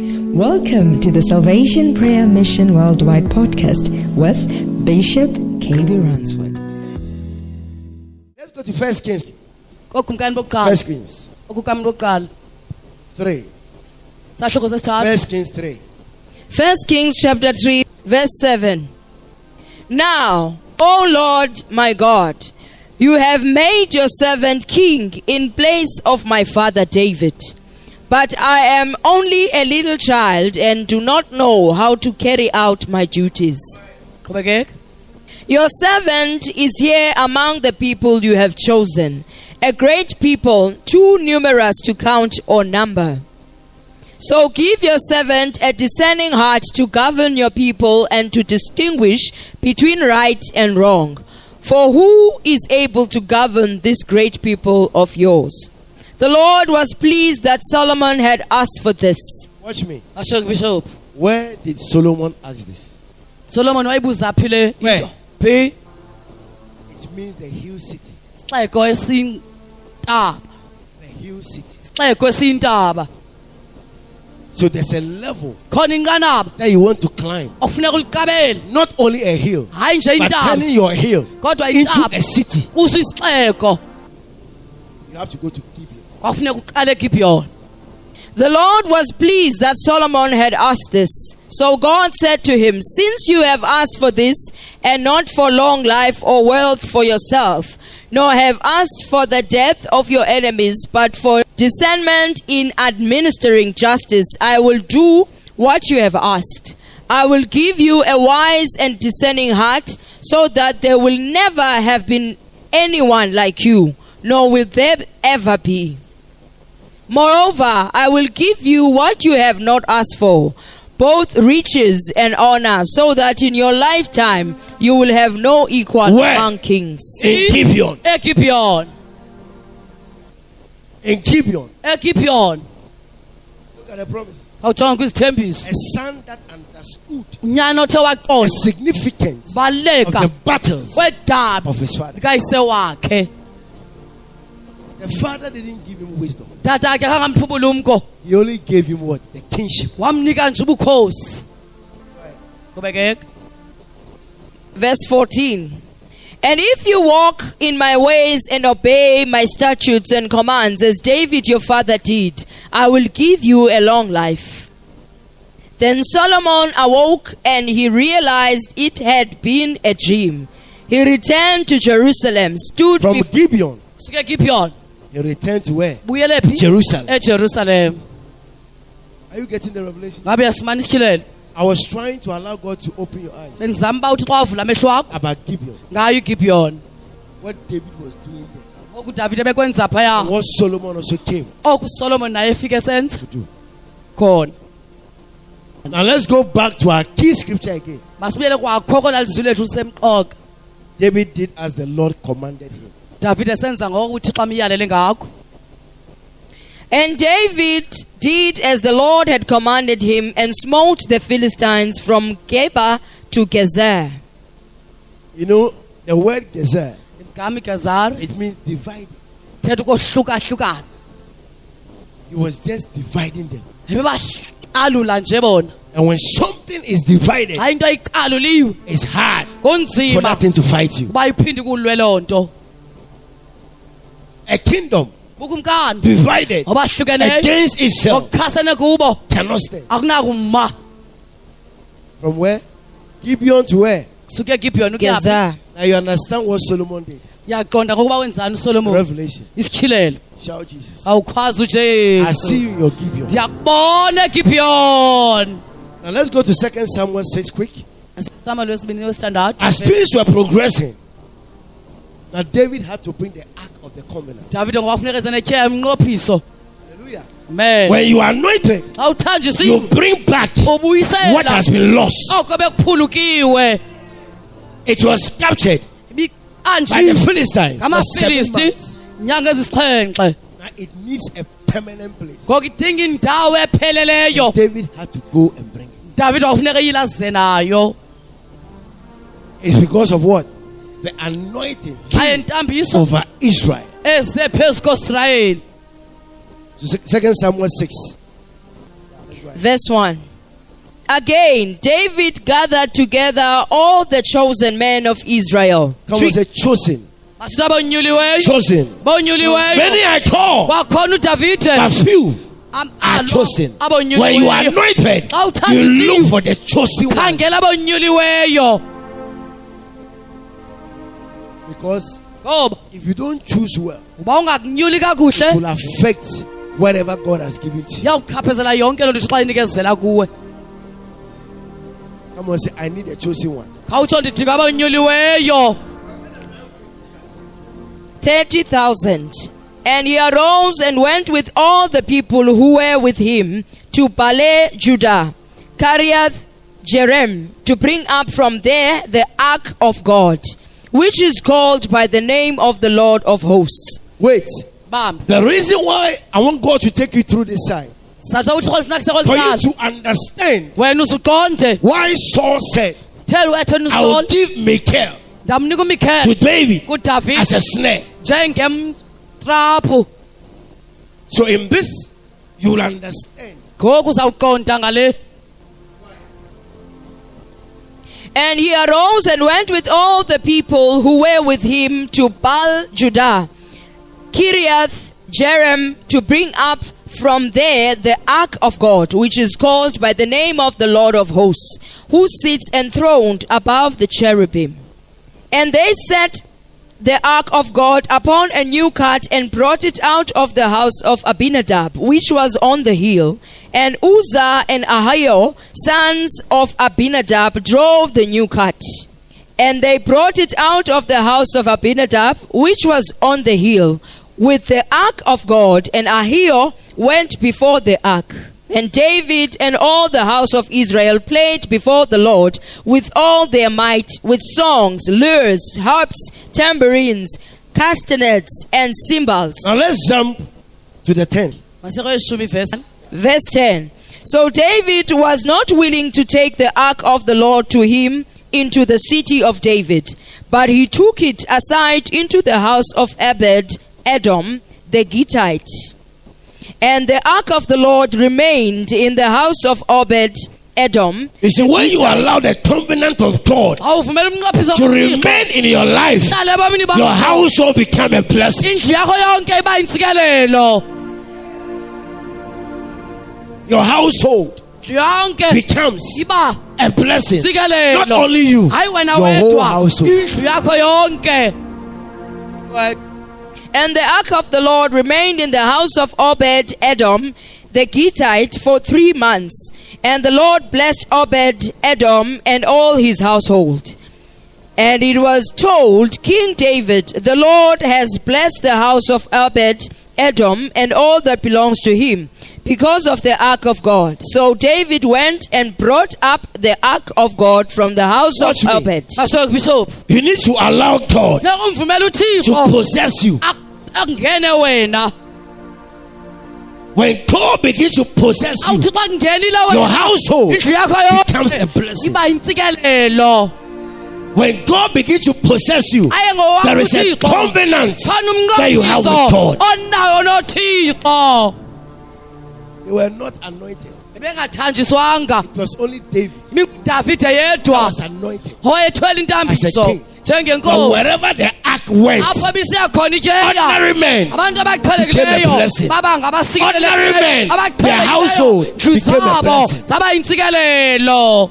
Welcome to the Salvation Prayer Mission Worldwide podcast with Bishop KB Ransford. Let's go to First Kings, kokumkani bokuqala First Kings okukamni bokuqala three, sahluko sesithathu First Kings three. First Kings chapter 3 verse 7 Now O Lord my God you have made your servant king in place of my father David but I am only a little child and do not know how to carry out my duties qhubekeka your servant is here among the people you have chosen, a great people, too numerous to count or number. So give your servant a discerning heart to govern your people and to distinguish between right and wrong. For who is able to govern this great people of yours? The Lord was pleased that Solomon had asked for this. Watch me. asho bishop Where did Solomon ask this? solomon wayibuza phi le Where? into phi It means the hill city. sixeko esintaba The hill city. sixeko esintaba So there's a level khona inqanaba that you want to climb. ofuneka uliqabele Not only a hill, hayi nje but intaba turning your hill kodwa into intaba a city. kuso isixeko You have to go to Gibeon. kwafuneka uqale egibhiyona The Lord was pleased that Solomon had asked this. So God said to him, Since you have asked for this, and not for long life or wealth for yourself, nor have asked for the death of your enemies, but for discernment in administering justice, I will do what you have asked. I will give you a wise and discerning heart, so that there will never have been anyone like you, nor will there ever be. Moreover, I will give you what you have not asked for, both riches and honor, so that in your lifetime you will have no equal Where? among kings. In Gibeon. egibhiyona In Gibeon. egibhiyona Look at the promise. awujonga kwizithembiso A son that understood unyana othe the waqonda significance of baleka the battles wedaba of his father. likayise wakhe The father didn't give him wisdom. tatakhe akangamphubula umko He only gave him what? The kingship. wamnika nje ubukhosi qhubekeka Verse 14. And if you walk in my ways and obey my statutes and commands, as David your father did, I will give you a long life. Then Solomon awoke and he realized it had been a dream. He returned to Jerusalem, stood From before Gibeon, suke gibhiyona he returned to where? buyele phi Jerusalem. E ejerusalem Are you getting the revelation? ngabe yasimana isityhilelo I was trying to allow God to open your eyes bendizama uba uthi xa wavula amehlo akho about Gibeon, ngayo igibhiyona what David was doing there, ngoku udavide bekwenza and phaya what Solomon also came oku solomon naye efike esenza to do. khona Now let's go back to our key scripture again. masibuyele kwakho kona lizwi lethu lusemqoka David did as the Lord commanded him. davide senza ngoko uthixo amyalele ngakho And David did as the Lord had commanded him and smote the Philistines from Geba to Gezer. You know, the word Gezer, ngami gezaro it means divide. thetha ukohlukahlukana He was just dividing them. bebaqalula nje bona And when something is divided, hayi into ayiqaluliwe it's hard for kunzima that thing to fight you. uba iphinde kulwe loo nto A kingdom bukumkani divided obahlukeneyo against itself ngokuchasene kubo cannot stand. akunakuma From where? Gibeon to where? suke egibhiyoni ukuyaphi Gezer. Now you understand what Solomon did. yaqonda ngokuba wenzani usolomon Revelation. isityhilelo Shout Jesus. awukhwazi I see ujesu you in your Gibeon. ndiyakubona egibhiyoni Now let's go to Second Samuel 6 quick. sama lwesibini yosithandathu As things were progressing, now David had to bring the Ark of the Covenant. davide ngobafuneka ezenetyeya emnqophiso Hallelujah. men When you are anointed, xa uthanjisiwe you bring back what ubuyisela has been lost. oko bekuphulukiwe It was captured by the ibiqanjiwe Philistines. for seven ngamafilisti months. nyanga ezisixhenxe Now it needs a permanent place. ngoko idinga indawo epheleleyo David had to go and bring it. davide wafuneka eyilazize nayo It's because of what? The anointing aye ntambiso over Israel. eze phezu koisrayeli So Second Samuel 6. Verse 1. Again, David gathered together all the chosen men of Israel. Come on, say chosen. basithi abonyuliweyo Chosen. bonyuliweyo Many are called, kwakhona udavide but few Am- are alo- chosen. When you are abonyuliweyo anointed, Xa uthanda you look isizwe, for the chosen one. khangela abonyuliweyo Because ngoba if you don't choose well, uba ungakunyuli it kakuhle will affect whatever God has given to you. iyawuchaphazela yonke loo nto xa inikezela kuwe Come on, say, I need a chosen one. khawutsho ndidinga abonyuliweyo 30,000. And he arose and went with all the people who were with him to Bale Judah, Kiriath Jerem, to bring up from there the ark of God, which is called by the name of the Lord of hosts. Wait. bambi The reason why I want God to take you through this side saze uthixo ndifuna for you kusekweliqala to understand wena uzuqonde why Saul said, thela uetheni I will usolo give Michael ndamnika to umikhele David as kudavide a snare. njengemtraphu So in this, you will understand. ngoku uzawuqonda ngale And he arose and went with all the people who were with him to Baal Judah, Kiriath Jerem, to bring up from there the ark of God, which is called by the name of the Lord of hosts, who sits enthroned above the cherubim. And they set the ark of God upon a new cart and brought it out of the house of Abinadab, which was on the hill. And Uzzah and Ahio, sons of Abinadab, drove the new cart. And they brought it out of the house of Abinadab, which was on the hill, with the ark of God. And Ahio went before the ark. And David and all the house of Israel played before the Lord with all their might, with songs, lyres, harps, tambourines, castanets, and cymbals. Now let's jump to the 10. masiko yeshumi ivesi Verse 10. So David was not willing to take the ark of the Lord to him into the city of David, but he took it aside into the house of Abed Edom the Gittite. And the ark of the Lord remained in the house of Obed Edom. You see, when you allow the covenant of God awuvumela umnqophiso to kaThixo. remain in your life, hlale ebomini your bakho household become a blessing. indlu yakho yonke iba yintsikelelo Your household ndlu yonke becomes iba a blessing. Not ntsikelelo only you, hayi wena your whole wedwa household. indlu yakho yonke And the ark of the Lord remained in the house of Obed Edom the Gittite for three months. And the Lord blessed Obed Edom and all his household. And it was told King David, The Lord has blessed the house of Obed Edom and all that belongs to him because of the ark of God. So David went and brought up the ark of God from the house Watch of me. Obed. masoko bishop you need to allow God funeka umvumela to uthixo possess you. ak- akungene wena When God begins to possess you, awuthi xa kungenile your wena household indlu yakho becomes a blessing. iba yintsikelelo When God begins to possess you, aye ngowakho there is a uthixo covenant khona that you have with umnqophiso God. onayo nothixo They were not anointed. ebengathanjiswanga It was only David mingudavide that yedwa was anointed. owayethwela As a intambiso king. But njengenkosi wherever the ark went, apho bisiya khona ityeya ordinary men, abantu Became a abaqhelekileyo blessing. baba Ordinary men, ngabasikeleleyo their household ndlu became a zabo blessing. zaba yintsikelelo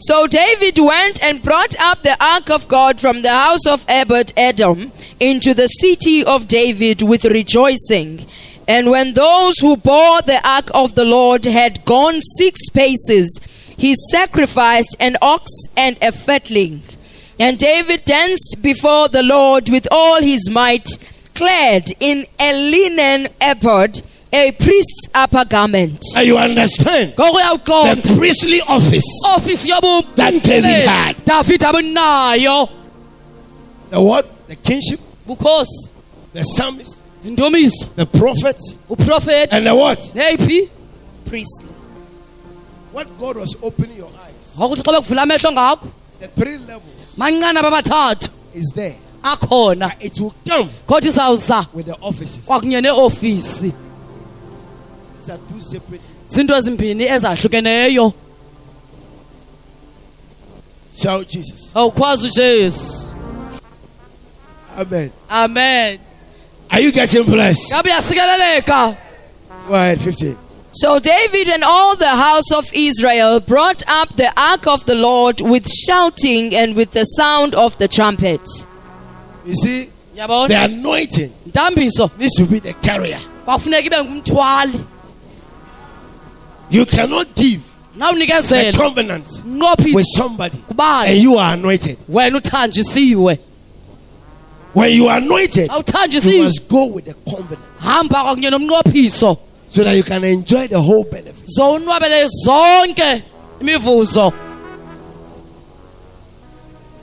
So David went and brought up the ark of God from the house of Abed Edom into the city of David with rejoicing. And when those who bore the ark of the Lord had gone six paces, he sacrificed an ox and a fatling. And David danced before the Lord with all his might, clad in a linen ephod, a priest's upper garment. and you understand ngoku Oh. uyawuqonda the priestly office ofisi That David had. yobudavid abunayo the what? The kingship, bukhosi the psalmist, indumiso the prophet, uprofeti and the what? neyiphi Priest. What God was opening your eyes, ngokuthi xa bekuvula amehlo ngakho the three levels manqanaba amathathu is there. akhona It will come kodwa izawuza with the offices. kwakunye neofisi These are two separate things. zinto ezimbini ezahlukeneyo Shout Jesus. awukwazi ujesu Amen. amen Are you getting blessed? ngabe uyasikeleleka Go ahead, 15. So David and all the house of Israel brought up the ark of the Lord with shouting and with the sound of the trumpet. You see, the yabona anointing ntambiso needs to be the carrier. kwafuneka ibe ngumthwali You cannot give a nawunikezela covenant with nqophisi somebody and kubani you are anointed. wena uthanjisiwe When you are anointed, you awuthanjisiwe must go with the covenant hamba kwakunye nomnqophiso so that you can enjoy the whole benefit. zonwabele zonke imivuzo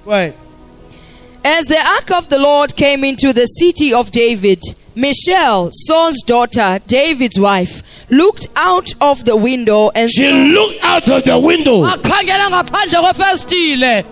Go ahead. As the ark of the Lord came into the city of David, Michelle, Saul's daughter, David's wife, looked out of the window and She looked out of the window. akhangela ngaphandle kwefestile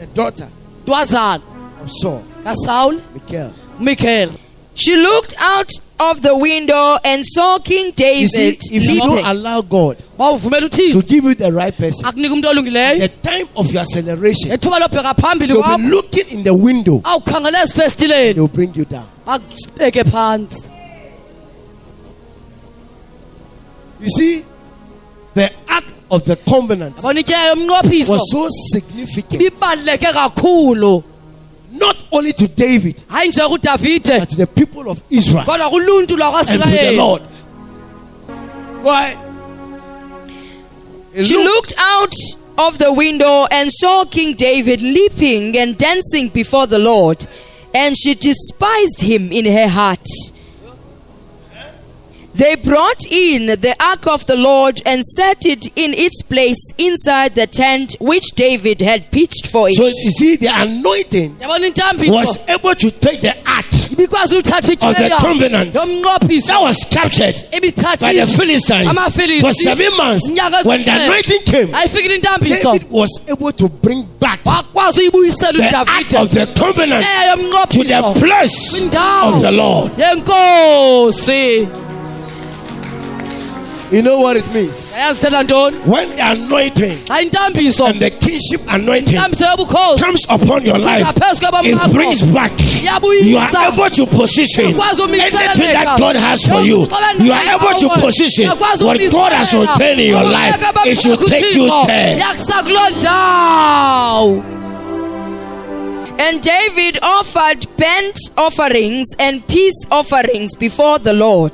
The daughter dwazana of Saul, kasawuli Michael. mikhela she looked out of the window and saw King You see, David if you leaping. don't allow God bawuvumela to uthixo give you the right person, akunika umuntu olungileyo the time of your celebration, ethuba lobheka phambili you'll be kwakho looking in the window. awukhangela ezifestileni They'll bring you down. akubeke phantsi You see, the act of the covenant yabona ityeyo umnqophiso was so significant, ibibaluleke kakhulu not only to David, hayi nje kudavide but to the people of Israel kodwa kuluntu and to the lwakwaisrayeli Lord. Why? He She looked- looked out of the window and saw King David leaping and dancing before the Lord, and she despised him in her heart. They brought in the ark of the Lord and set it in its place inside the tent which David had pitched for So you it. see, the anointing yabona was intambiso able to take the act ibikwazi uthatha of the ityeyo covenant that yomnqophiso was captured by the ibithathiwe Philistines Amafilisti. for seven months. Nyaka When the zonke. anointing came, ayifikile intambiso David was able to bring back wakwazi uyibuyisela the act udavide of the covenant Eh, to the eyayomnqophiso place Kwindawo. of the Lord. yenkosi You know what it means? yayazi thela ntoni When the anointing xa intambiso and the kingship anointing intambiso yobukhosi comes upon your life, Singaphezu kwabamnyama. it brings back. You are iyabuyisa able to position Ukwazi umiseleka. anything that God has for you. You are able to position Uyakwazi what God ukumisela. has ordained in your life. Ubuyeka It should bamfaka take you kuThixo. there. Yakusa kuloo ndawo And David offered burnt offerings and peace offerings before the Lord.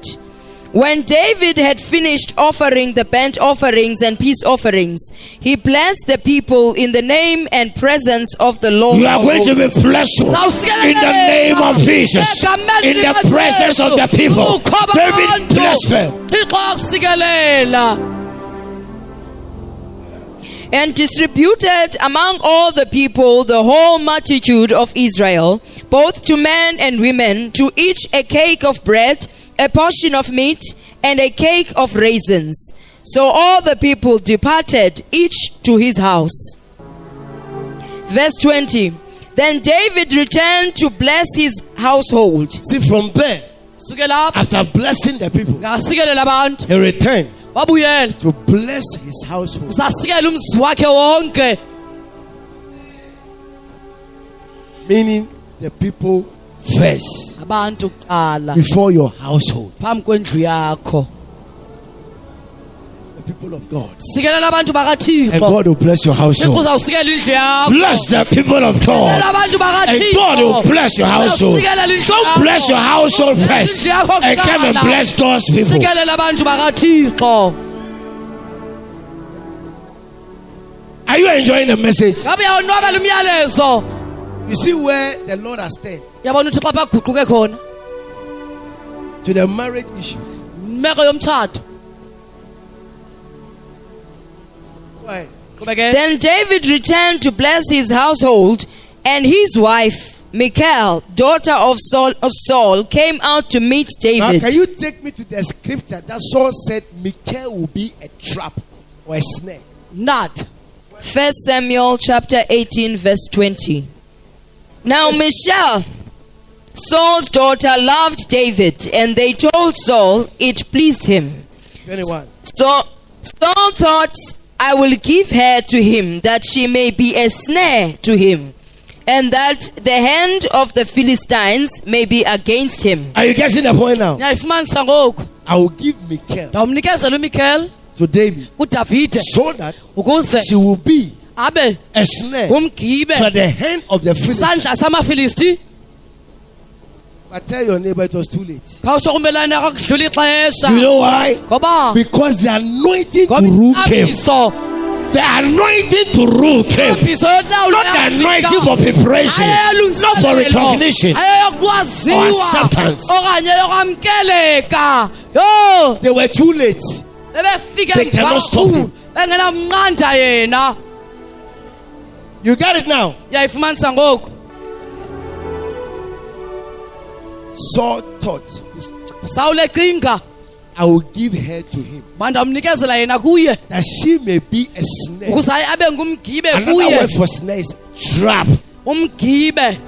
When David had finished offering the burnt offerings and peace offerings, he blessed the people in the name and presence of the Lord. You are of going to be hosts. blessed in the name of Jesus. In the presence of the people. David blessed them. thixo akusikelela and distributed among all the people the whole multitude of Israel, both to men and women, to each a cake of bread, a portion of meat, and a cake of raisins. So all the people departed, each to his house. Verse 20 Then David returned to bless his household. See, from there, sukela apho after blessing the people, ngasikelela abantu he returned wabuyela to bless his household. uzasikela umzi wakhe wonke meaning the people first abantu kuqala before your household phambi kwendlu yakho the people of god sikelela abantu and bakathixo god will bless your thixo household uzawusikela indlu yakho bless the people of sikelela god abantu and bakathixo god will bless your household Sikelela indlu don't yakho. bless your household first Bless indlu yakho and come and kuqala. bless god's people sikelela abantu bakathixo are you enjoying the message ngabe uyawonwabela umyalezo you see where the lord has turned yabona uthixo apha aguquke khona to the marriage issue meko yomtshato why qhubeke Then David returned to bless his household, and his wife, Michal, daughter of Saul, of Saul came out to meet now David. can you take me to the scripture that saul said michael will be a trap or a snare nathi 1 Samuel chapter 18, verse 20. Now Michal, Saul's daughter, loved David, and they told Saul it pleased him. 21. So Saul thought, I will give her to him, that she may be a snare to him, and that the hand of the Philistines may be against him. Are you getting the point now? ngiyayifumanisa ngoku I will give Michal ndawumnikezela umikhel to David kudavide so that ukuze she will be abe a snare to ngumgibe the hand of the Philistines. sandla samafilisti But tell your neighbor it was too late. khawutsho kumelana kakudlula ixesha You know why? ngoba Because the anointing to ngoba rule came. inkcabiso- The anointing to rule came. inkcabiso yolawulo Not the yafika. anointing for preparation, Ayeyelungiselelo, not for recognition or ayeyokwaziwa acceptance. okanye yokwamkeleka yho They were too late. bebefike They cannot stop kakhulu him. bengenamnqanda yena You got it now? uyayifumanisa ngoku Saul thought, sawule cinga I will give her to him mandawumnikezela yena kuye that she may be a snare. ukuze aye abe ngumgibe Another kuye word for snare is trap. umgibe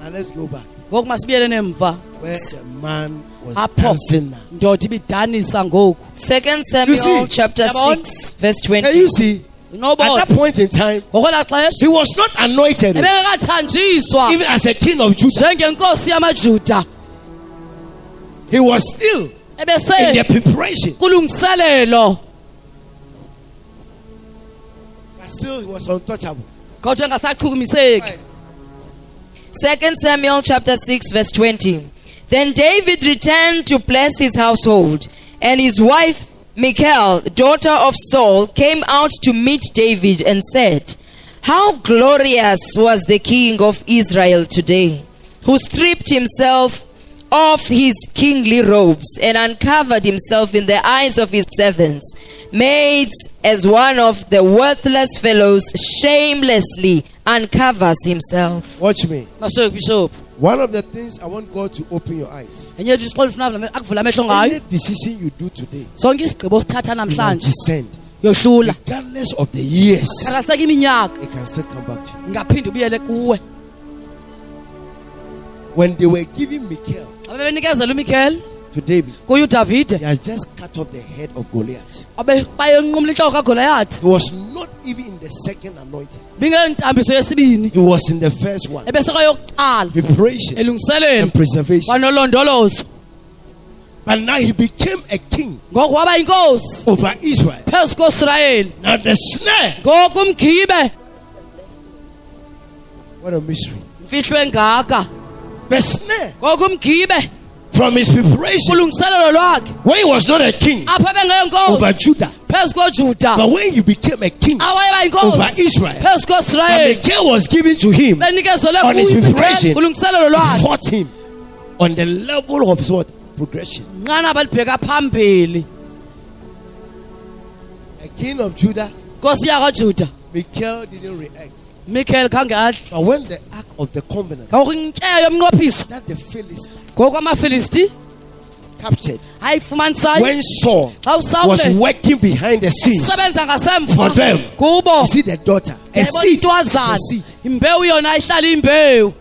Now let's go back ngoku masibuyele nemva where the man was Apho. dancing now. ndoda ibidanisa ngoku 2 You see, Samuel chapter Yabon? 6, verse 20. Can you see? unobona At that point in time, ngokwela xesha he was not anointed even ebengekathanjiswa as a king of Judah. njengenkosi yamajuda He was still in the ebese preparation, kulungiselelo but still he was untouchable. kodwa engasachukumiseki 2 Samuel chapter 6 verse 20. Then David returned to bless his household, and his wife Michal, daughter of Saul, came out to meet David and said, How glorious was the king of Israel today, who stripped himself of his kingly robes and uncovered himself in the eyes of his servants, made as one of the worthless fellows shamelessly uncovers himself. Watch me. mashoku bishop One of the things I want God to open your eyes. enye nto isiqola ufuna akuvula amehlo Any ngayo decision you do today, sonke isigqibo osithatha you must namhlanje descend. yohlula Regardless of the years, akatheki iminyaka it can still come back to you. ngaphinde ubuyele kuwe When they were giving Michal xa bebenikezela umikhel to David, kuye udavide he has just cut off the head of Goliath. abe- bayenqumla intloko kagoliyathi He was not even in the second anointing. bingentambiso yesibini He was in the first one. ebesekoyokuqala Preparation elungiselelo and preservation. kwanolondolozo But now he became a king ngoku waba yinkosi over Israel. phezu koosirayeli Now the snare. ngoku umgibe What a mystery. mfihlo engaka The snare ngoku umgibe from his preparation kulungiselelo lwakhe when he was not a king apho over bengenkosi Judah, phezu kojuda but when he became a king awayeba over yinkosi Israel, phezu and the koosirayeli king was given to him, benikezelwe On his kuye preparation. kulungiselelo lwakhe fought him on the level of his what? Progression. nqanaba libheka phambili A king of Judah, nkosi yakajuda Michael didn't react. michael khange adle But when the ark of the covenant ngoku intyeya yomnqophiso that the Philistines ngoku amafilisti captured, ayifumanisayo when Saul xa was usawule working behind the scenes, sebenza For ngasemva them. kubo you see the daughter, a yebo seed, intwazana It's a seed. imbewu yona ihlala imbewu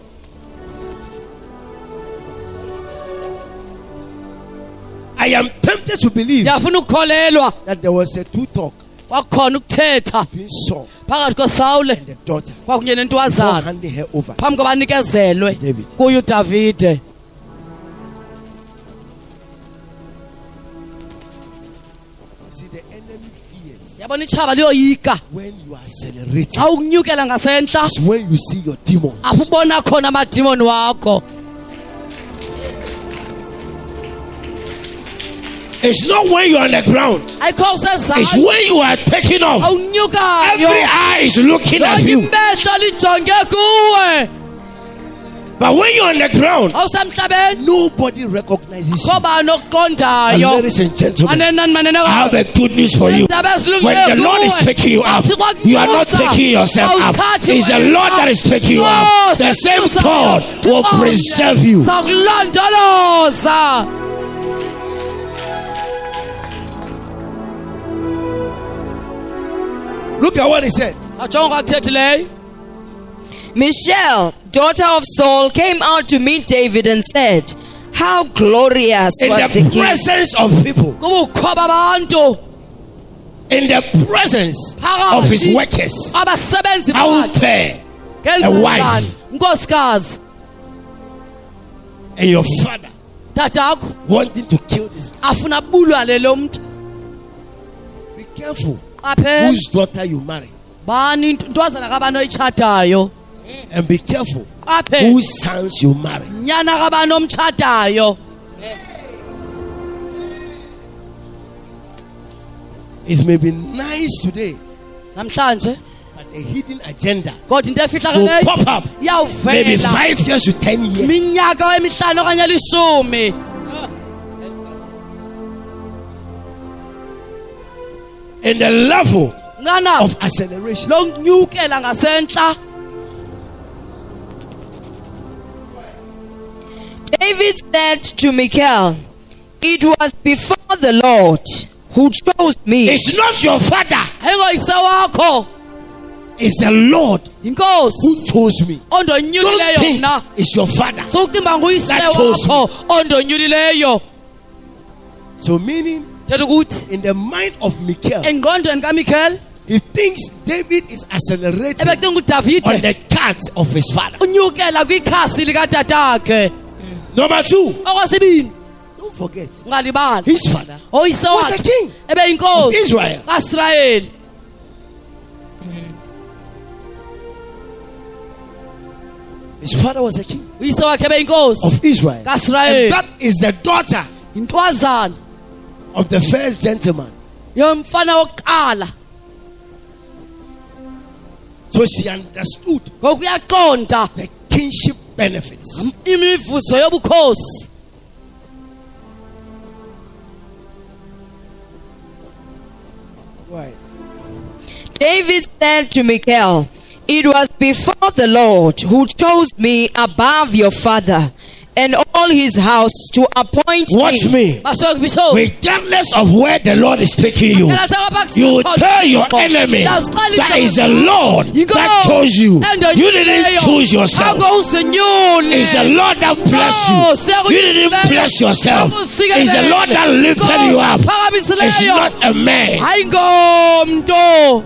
I am tempted to believe ndiyafuna ukukholelwa that there was a two talk kwakukhona ukuthetha between Saul phakathi kosawule and the daughter before kwakunye nentwazana handing her over. phambi kobanikezelwe David. kuye udavide See, the enemy fears yabona itshaba liyoyika when you are celebrating. xa ukunyukela ngasentla It's when you see your demon. apho ubona khona amadimoni wakho It's not when you are on the ground. ayikho It's usezantsi when you are taking off. Every awunyukayo eye is looking at lonke you. imehlo lijonge kuwe But when you're on the ground, awusemhlabeni Ah, nobody recognizes you. kho bani And okuqondayo ladies and gentlemen, manenani I manene have a good news for you. Indaba When ezilungileyo the Lord is kuwe. taking you up, Awuthi you are not kwakunyusa, taking yourself up. awuthathi It's the wena. Lord that is taking you up. The Nkosi same ekhulusayo, God will Thixo preserve mnye, you. sakulondoloza Look at what he said. ajonga akuthethileyo Michal, daughter of Saul, came out to meet David and said, How glorious in was the the king! presence of people, kubukho babantu in the presence of Ah, his phakathi workers abasebenzi out bakhe there, Kenza a wife. njani? nkosikazi and your father tatakho wanting to kill this guy. afuna bulwale lo mntu Be careful qaphela whose daughter you marry, bani int- ntwazana kabani oyitshatayo and be careful qaphela whose sons you marry. nyana kabani omtshatayo It may be nice today, namhlanje but the hidden agenda kodwa into will efihlakeleyo pop up maybe iyawuvela five years to ten years. minyaka emihlanu okanye lishumi In the level nqanaba of acceleration, lokunyukela ngasentla David said to Michal, It was before the Lord who chose me. it's not your father, ayingoyise wakho it's the Lord yinkosi who chose me. Don't ondonyulileyo think mna it's your father. sukucimba nguyise That chose me. wakho ondonyulileyo So, meaning thetha ukuthi in the mind of Michael, Eh. engqondweni kamikhel he thinks David is accelerating ebecinga on udavide the cards of his father. unyukela kwikhasi likatatakhe Number two, okwesibini don't forget, ungalibali his father was oyise a wakhe king of ebeyinkosi Israel. kaisrayeli His father was a king uyise wakhe ebeyinkosi of Israel. And kaisrayeli that is the daughter yintwazana of the first gentleman. yomfana wokuqala So she understood ngoku uyaqonda the kingship benefits. imivuzo yobukhosi Why? David said to Michal, It was before the Lord who chose me above your father and all his house to appoint Watch me. Basho bisho. Regardless of where the Lord is taking you, Phela sakabakusikhona. you will tell your enemy Ndawuxelela that injongo is the yakho. Lord Yinkosi that chose you. You didn't endonyulileyo. choose yourself. Akho uzinyule. It's the Lord that bless you. "Oh, You didn't bless yourself. It's the Lord that lifted you up. It's not a man. Hayi ngomntu.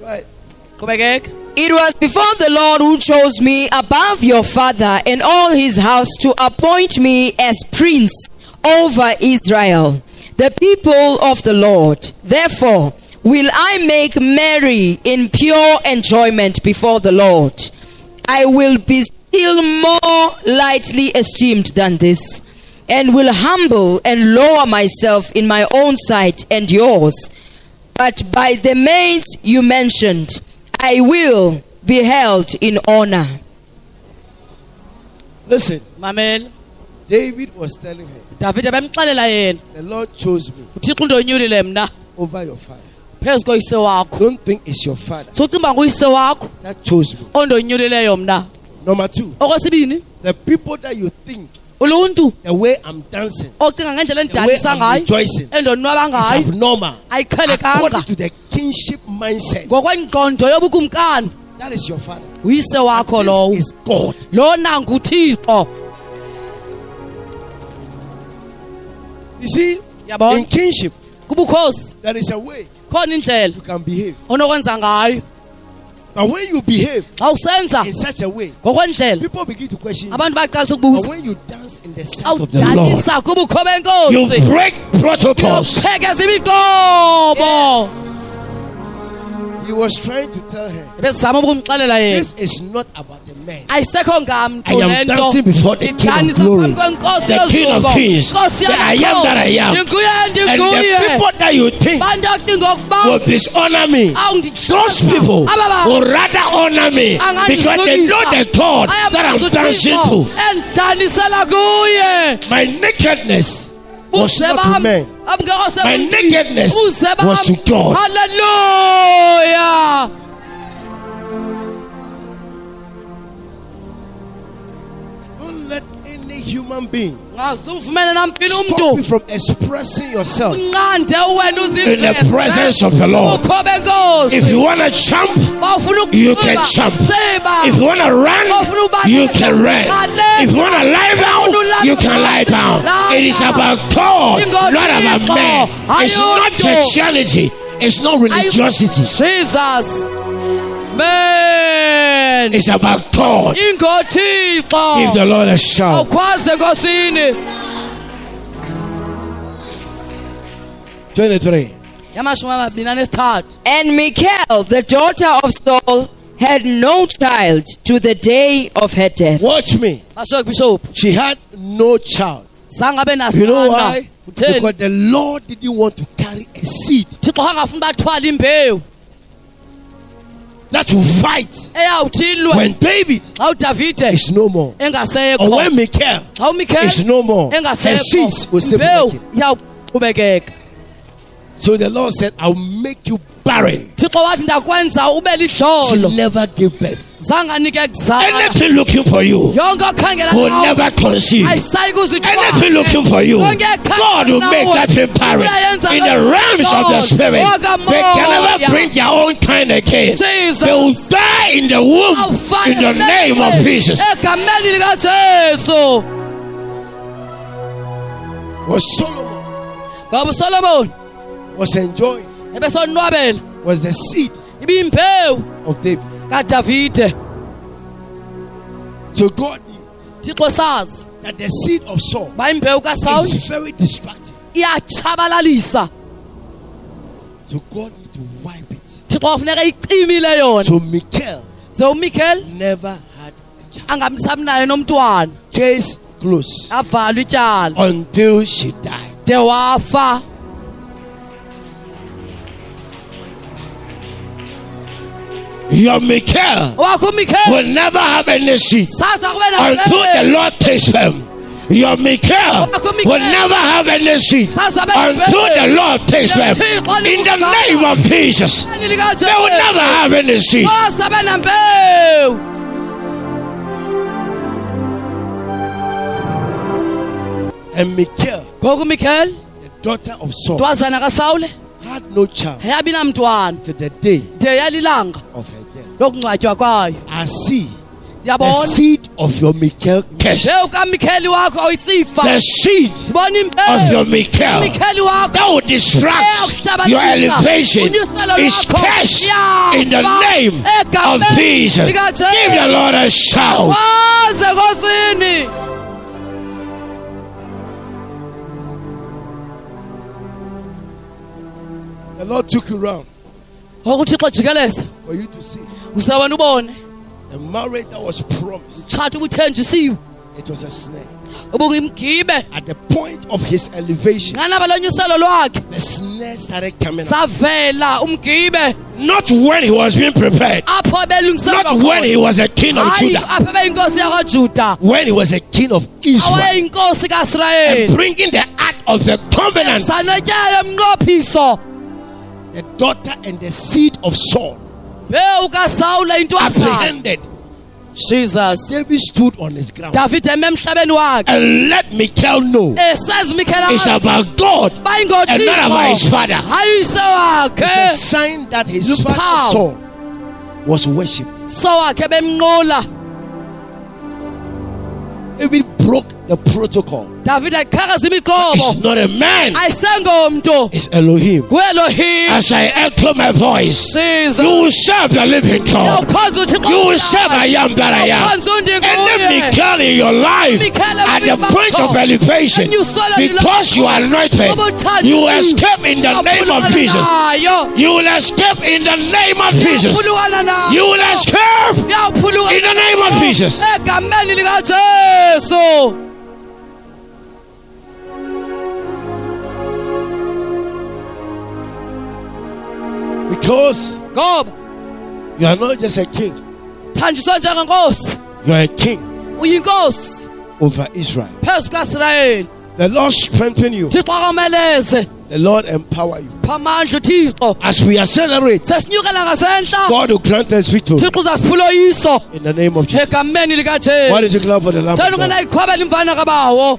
Right. Qhubekeka. It was before the Lord who chose me above your father and all his house to appoint me as prince over Israel, the people of the Lord. Therefore, will I make merry in pure enjoyment before the Lord. I will be still more lightly esteemed than this, and will humble and lower myself in my own sight and yours. But by the maids you mentioned, I will be held in honor. Listen, Mamela. David was telling her, Davide bemxelela yena. The Lord chose me Uthixo ndonyulile mna over your father. phezu koyise wakho. Don't think it's your father Sucimba nguyise wakho that chose me. ondonyulileyo mna. Number two, Okwesibini, the people that you think uluntu the way I'm dancing ocinga ngendlela endidanisa The way I'm ngayo, rejoicing endonwaba is ngayo, abnormal. According ayiqhelekanga. to the kingship mindset, ngokwengqondo yobukumkani that is your father. uyise wakho lowo This is God. lona nguthixo You see, Yabona? in kingship, kubukhosi there is a way khona indlela you can behave. onokwenza ngayo But when you behave xa usenza in such a way, ngokwendlela people begin to question you. abantu baqalisa But ukubuza when you dance in the sight of the Lord, awudanisa kubukho you benkosi break protocols. uqhekeza imiqobo He was trying to tell her, bezama ukumxelela yena this is not about the man. ayisekho ngamntu I am lento dancing before the King of idanisa Glory, phambi kwenkosi the King of yozuko Kings, nkosi the I am that I am. ndinguye And the ndinguye people that you think bantu acinga okuba will dishonor me, those awundihlonipha. people Aba bantu will rather honor me because they know the God that I'm dancing to. endanisela kuye My nakedness was not to men. My nakedness was to God. haleluya Don't let any human being Ngaze uvumele nampini stop you umntu. from expressing yourself Unqande wena uziveze. in the presence of the Lord. Ubukho benkosi. If you want to jump, Uba ufuna you ukuqhuba, can jump. seba. If you want to run, you can run. If you want to lie down, you can lie down. It is about God, not about man. It's not Christianity. It's not religiosity. Jesus. Man. It's about God. Give Ingothixo. the Lord a shout. Awukhwaze enkosini. 23. Yamashumi amabini anesithathu. And Michal, the daughter of Saul, had no child to the day of her death. Watch me. Bashoko Bishop. She had no child. Zange abe You know nasana. why? Utheni? Because the Lord didn't want to carry a seed Thixo angafuni bathwale imbewu. that will fight Eyawuthi ilwe. when David Xa uDavide is no more. Or engasekho. when Michael Xa is uMikhele no more. Her seeds engasekho. will still be Imbewu working. iyawuqhubekeka. So the Lord said, I'll make you barren. Thixo wathi ndakwenza ube She lidlolo. never gave birth. Zange anike kuzala. Anything looking for you Yonke okhangela will nawe never conceive. ayisayi Anything looking for you, God will make that thing barren. In the realms of the spirit, they can never bring their own kind again. Jesus. They will die in the womb in the Eh. name of Jesus. egameni likajesu Was Solomon ngoba usolomoni was enjoying ebesonwabela was the seed ibiyimpewu of David. kadavide So God knew thixo sazi that the seed of Saul uba impewu kasawuli is very destructive. iyatshabalalisa So God need to wipe it. thixo wafuneka iyicimile yona So Michael ze umikhel never had a child. angamsamnayo nomntwana Case closed avalwa ityala until she died. de wafa Your Michael owakho umikhel will never have any seed saza kube until the Lord takes them. Your Michael will never have any seed until the Lord takes them. In the name of Jesus, they will never have any seed. osabe nampewu And Michael, ngoku umikhel the daughter of Saul, ntwazana kasawule had no child yabi namntwana to the day de yalilanga of her death. lokungcwatywa kwayo I see the ndiyabona seed of your Michael curse. mpewu kamikheli wakho The awuyisifa seed ndibona of your impewu Michael umikheli wakho that will distract your elevation is cursed in the name of Jesus. Give the Lord a shout. kwaze nkosini The Lord took you round ngoku uthixo jikeleza for you to see usawena ubone the marriage that was promised. tshathi ubuthenjisiwe It was a snare. ubungimgibe At the point of his elevation, nganaba lonyuselo lwakhe the snare started coming up. savela umgibe Not when he was being prepared. apho belungiselelwa Not when khona he was a king of hayi Judah. apho beyinkosi yakwajuda When he was a king of Israel. awayeyinkosi And kaisrayeli bringing the ark of the covenant, zanetyayo emnqophiso the daughter and the seed of Saul mbewu kasawula intwazana apprehended. jesus David stood on his ground. davide eme emhlabeni wakhe and let Michael know esazi it's mikhela about God and not about his bayingothixo father. hayi uyise It's a wakhe sign that his Look father how- Saul was worshipped. so wakhe bemnqula David broke the protocol. davide aqhakaza imiqobo It's not a man, ayisengomntu it's Elohim. nguelohim As I echo my voice, you siza will serve the living God. ukhonza You will serve I am that I am. ukhonza And then undinguye Michael in your life at the point of elevation, because you are anointed, you will escape in the name of Jesus. nayo You will escape in the name of Jesus. phulukana nayo You will escape Uyaphulukana in the name of Jesus. egameni likajesu Because ngoba you are not just a king, thanjiswa njengenkosi you are a king uyinkosi over Israel. phezu kwasirayeli The Lord strengthen you thixo akomeleze The Lord empower you. phamandla uthixo As we accelerate, sesinyukela ngasentla God will grant us victory thixo uzasifuloyiso in the name of Jesus. egameni Why don't you likajesu clap for the Lamb? thanda of God? ungenayiqhwabela imfana kabawo